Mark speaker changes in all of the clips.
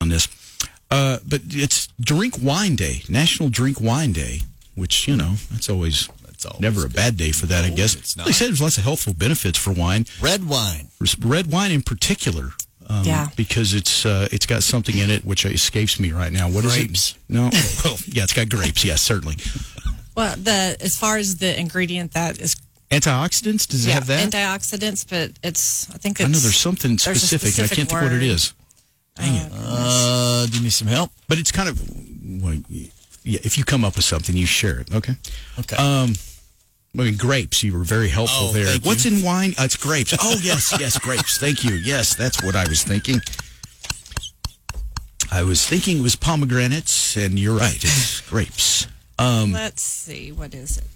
Speaker 1: on this. Uh, but it's Drink Wine Day, National Drink Wine Day, which you know that's always
Speaker 2: That's always
Speaker 1: never a bad day for that. I
Speaker 2: No,
Speaker 1: guess
Speaker 2: it's not.
Speaker 1: they said there's lots of helpful benefits for wine,
Speaker 2: Red wine.
Speaker 1: Res- red wine in particular. Um,
Speaker 3: Yeah.
Speaker 1: because it's uh, it's got something in it which escapes me right now. What is
Speaker 2: Grapes.
Speaker 1: it? No, well, yeah, it's got grapes. Yes, certainly.
Speaker 3: Well, the as far as the ingredient that is
Speaker 1: Antioxidants. Does it
Speaker 3: yeah,
Speaker 1: have that?
Speaker 3: antioxidants, but it's I think
Speaker 1: I
Speaker 3: it's
Speaker 1: know there's something
Speaker 3: there's a
Speaker 1: specific. and I
Speaker 3: specific
Speaker 1: can't think what it
Speaker 3: word.
Speaker 1: is. Dang it!
Speaker 2: Uh, do you need some help?
Speaker 1: But it's kind of well, y- yeah. If you come up with something, you share it. Okay.
Speaker 2: Okay.
Speaker 1: Um, I mean, grapes. You were very helpful
Speaker 2: Oh,
Speaker 1: there.
Speaker 2: thank you.
Speaker 1: What's in wine? Uh, it's grapes. Oh yes, yes, grapes. Thank you. Yes, that's what I was thinking. I was thinking it was pomegranates, and you're right. It's grapes. Um,
Speaker 3: let's see what is it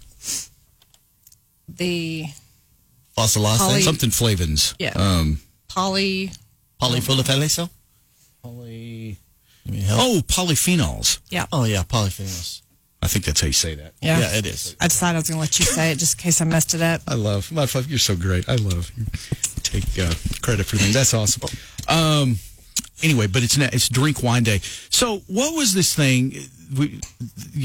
Speaker 3: the
Speaker 2: Fossilase.
Speaker 3: Poly-
Speaker 1: Something flavins.
Speaker 3: Yeah.
Speaker 1: Um,
Speaker 3: poly
Speaker 2: Polyphenol. Poly. You need help?
Speaker 1: oh, polyphenols.
Speaker 3: yeah
Speaker 2: Oh, yeah, polyphenols.
Speaker 1: I think that's how you say that.
Speaker 3: Yeah.
Speaker 2: yeah, it is.
Speaker 3: I decided I was going to let you say it just in case I messed it up
Speaker 1: I love my five. You're so great. I love you. Take uh, credit for things. That's awesome. Um, anyway, but it's na- it's drink wine day. So what was this thing? We,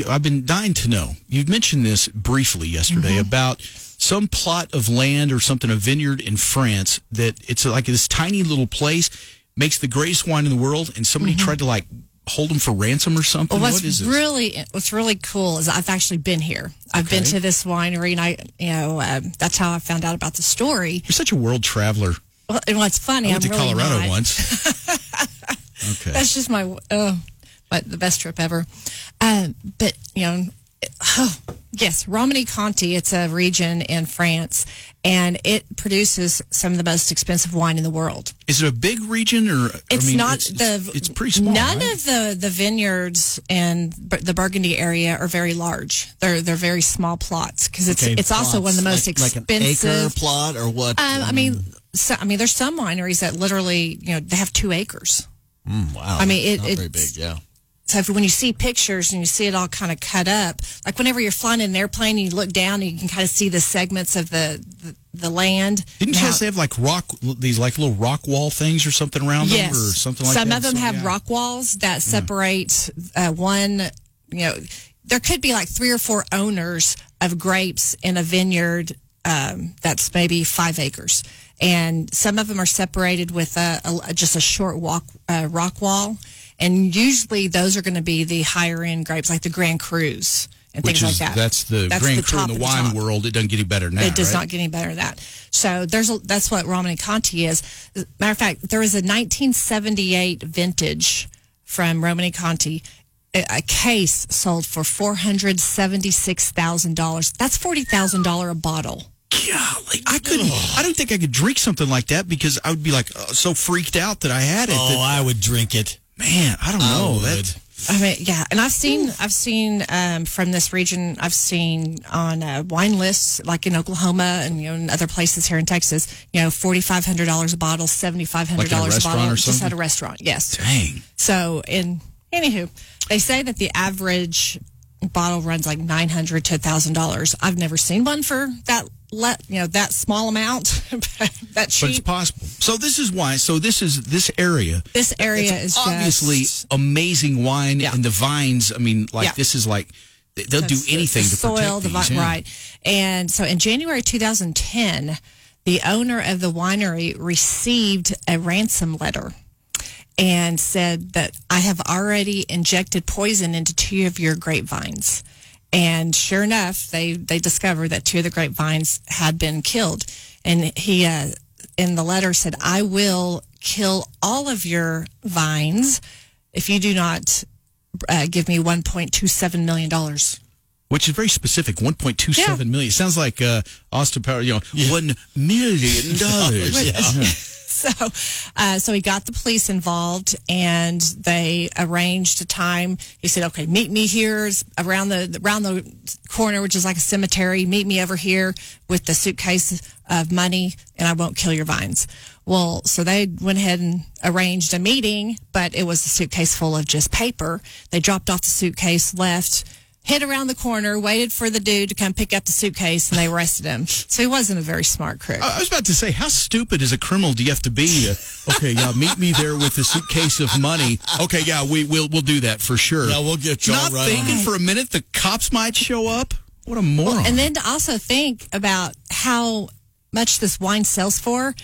Speaker 1: I've been dying to know. You mentioned this briefly yesterday
Speaker 3: Mm-hmm.
Speaker 1: about some plot of land or something, a vineyard in France that it's like this tiny little place makes the greatest wine in the world, and somebody tried to like hold them for ransom or something.
Speaker 3: Mm-hmm. Well, what's
Speaker 1: what is this?
Speaker 3: really what's really cool is I've actually been here. I've been to this winery, and I, you know, um, that's how I found out about the story.
Speaker 1: You're such a world traveler.
Speaker 3: Well, and what's funny,
Speaker 1: I went
Speaker 3: I'm
Speaker 1: to
Speaker 3: really
Speaker 1: Colorado
Speaker 3: not.
Speaker 1: once. okay.
Speaker 3: That's just my, uh, my the best trip ever. Um, but you know, it- oh, yes, Romani Conti. It's a region in France, and it produces some of the most expensive wine in the world.
Speaker 1: Is it a big region or?
Speaker 3: It's
Speaker 1: I mean,
Speaker 3: not
Speaker 1: it's,
Speaker 3: the.
Speaker 1: It's, it's pretty small.
Speaker 3: None
Speaker 1: right?
Speaker 3: of the the vineyards in Bur- the Burgundy area are very large. They're they're very small plots because it's
Speaker 2: Okay,
Speaker 3: it's also one of the
Speaker 2: plots,
Speaker 3: most
Speaker 2: like,
Speaker 3: expensive.
Speaker 2: Like an acre plot or what?
Speaker 3: um, I mean, so, I mean, there's some wineries that literally you know they have two acres.
Speaker 2: Hmm, wow.
Speaker 3: I mean, it-
Speaker 2: Not very
Speaker 3: it's-
Speaker 2: big, yeah.
Speaker 3: So if, when you see pictures and you see it all kind of cut up, like whenever you're flying in an airplane and you look down and you can kind of see the segments of the the, the land.
Speaker 1: Didn't you
Speaker 3: Now-
Speaker 1: guys have like rock these like little rock wall things or something around them or something like
Speaker 3: Some
Speaker 1: that?
Speaker 3: of them
Speaker 1: So,
Speaker 3: have
Speaker 1: yeah.
Speaker 3: rock walls that separate uh, one, you know, there could be like three or four owners of grapes in a vineyard um, that's maybe five acres. And some of them are separated with a, a- just a short walk uh, rock wall. And usually those are going to be the higher end grapes, like the Grand Cruz and
Speaker 1: Which
Speaker 3: things
Speaker 1: is
Speaker 3: like that.
Speaker 1: that's the Grand Cru in
Speaker 3: top
Speaker 1: the
Speaker 3: of
Speaker 1: wine
Speaker 3: top.
Speaker 1: world. It doesn't get any better now.
Speaker 3: It does
Speaker 1: right?
Speaker 3: not get any better than that. So there's a, that's what Romani Conti is. Matter of fact, there is a 1978 vintage from Romani Conti. A a case sold for four hundred seventy-six thousand dollars. That's forty thousand dollar a bottle.
Speaker 1: Golly,
Speaker 2: Oh,
Speaker 1: I couldn't. I don't think I could drink something like that because I would be like uh, so freaked out that I had it.
Speaker 2: Oh,
Speaker 1: that,
Speaker 2: I would drink it.
Speaker 1: man, I don't
Speaker 2: I
Speaker 1: know.
Speaker 2: would.
Speaker 1: That
Speaker 3: I mean, yeah. And I've seen, I've seen um, from this region. I've seen on uh, wine lists, like in Oklahoma and you know in other places here in Texas. You know, forty-five hundred dollars a bottle, seventy-five hundred dollars a
Speaker 1: restaurant
Speaker 3: bottle,
Speaker 1: or
Speaker 3: just
Speaker 1: something?
Speaker 3: at a restaurant. Yes.
Speaker 1: dang.
Speaker 3: So, in anywho, they say that the average bottle runs like nine hundred to thousand dollars. I've never seen one for that let you know that small amount, but that
Speaker 1: But it's
Speaker 3: cheap.
Speaker 1: possible. So this is why. So this is this area.
Speaker 3: This area is just-
Speaker 1: obviously amazing wine
Speaker 3: Yeah.
Speaker 1: and the vines. I mean, like
Speaker 3: Yeah.
Speaker 1: this is like they- they'll do
Speaker 3: That's the-
Speaker 1: anything
Speaker 3: the
Speaker 1: to
Speaker 3: soil,
Speaker 1: protect
Speaker 3: the vi-
Speaker 1: these, yeah.
Speaker 3: right. And so in January 2010, the owner of the winery received a ransom letter and said that I have already injected poison into two of your grapevines. And sure enough, they they discovered that two of the grapevines had been killed. And he uh, in the letter said, "I will kill all of your vines if you do not." Uh, give me 1.27 million dollars
Speaker 1: which is very specific. One point two seven million.
Speaker 3: Yeah.
Speaker 1: It sounds like uh, Austin Power. You know, one million dollars.
Speaker 3: So so, uh, so he got the police involved, and they arranged a time. He said, "Okay, meet me here s- around the around the corner, which is like a cemetery. Meet me over here with the suitcase of money, and I won't kill your vines." Well, so they went ahead and arranged a meeting, but it was a suitcase full of just paper. They dropped off the suitcase, left, hid around the corner, waited for the dude to come pick up the suitcase, and they arrested him. So he wasn't a very smart crook.
Speaker 1: I I was about to say, how stupid as a criminal do you have to be? To, okay, yeah, meet me there with a suitcase of money. Okay, yeah, we will we'll do that for sure.
Speaker 2: Yeah, we'll get y'all
Speaker 1: Not
Speaker 2: right on
Speaker 1: thinking
Speaker 2: it.
Speaker 1: for a minute the cops might show up. What a moron!
Speaker 3: and then to also think about how much this wine sells for,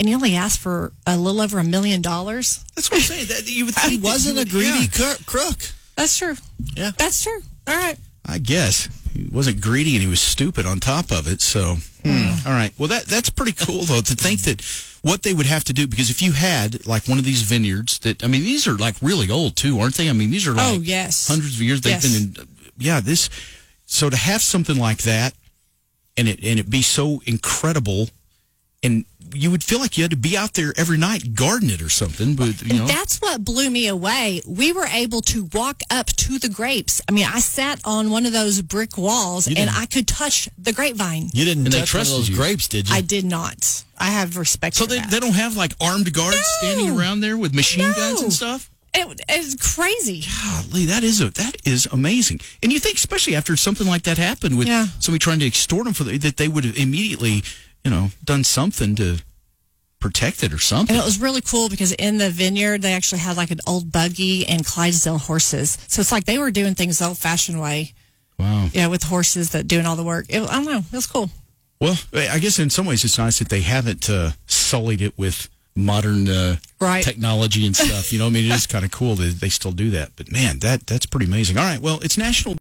Speaker 3: and he only asked for a little over a million dollars.
Speaker 1: That's what I'm saying. That you would think
Speaker 2: He
Speaker 1: that
Speaker 2: wasn't
Speaker 1: you
Speaker 2: a
Speaker 1: would-
Speaker 2: greedy
Speaker 1: yeah.
Speaker 2: cur- crook.
Speaker 3: That's true.
Speaker 2: Yeah.
Speaker 3: That's true. All right.
Speaker 1: I guess he wasn't greedy and he was stupid on top of it. So,
Speaker 3: Hmm.
Speaker 1: Hmm. all right. Well, that that's pretty cool though to think that what they would have to do because if you had like one of these vineyards that I mean these are like really old too, aren't they? I mean these are like
Speaker 3: Oh, yes.
Speaker 1: hundreds of years they've
Speaker 3: Yes.
Speaker 1: been in. Yeah, this. So to have something like that, and it and it be so incredible, and you would feel like you had to be out there every night guarding it or something. But you know,
Speaker 3: That's what blew me away. We were able to walk up to the grapes. I mean, I sat on one of those brick walls and I could touch the grapevine.
Speaker 2: You didn't
Speaker 1: And they
Speaker 2: touch one of
Speaker 1: trusted
Speaker 2: those
Speaker 1: you.
Speaker 2: grapes, did you?
Speaker 3: I did not. I have respect
Speaker 1: so
Speaker 3: for
Speaker 1: they,
Speaker 3: that.
Speaker 1: they don't have like armed guards standing around there with machine guns
Speaker 3: No.
Speaker 1: and stuff.
Speaker 3: It, it's crazy.
Speaker 1: Golly, that is a, that is amazing. And you think, especially after something like that happened with
Speaker 3: Yeah.
Speaker 1: somebody trying to extort them for the, that, they would have immediately, you know, done something to protect it or something.
Speaker 3: And it was really cool because in the vineyard, they actually had like an old buggy and Clydesdale horses. So it's like they were doing things old fashioned way.
Speaker 1: wow.
Speaker 3: Yeah, with horses that doing all the work. It, I don't know. It was cool.
Speaker 1: Well, I I guess in some ways it's nice that they haven't uh, sullied it with modern uh,
Speaker 3: Right.
Speaker 1: technology and stuff. You know, I mean, it is kind of cool that they still do that. But man, that that's pretty amazing. All right. Well, it's National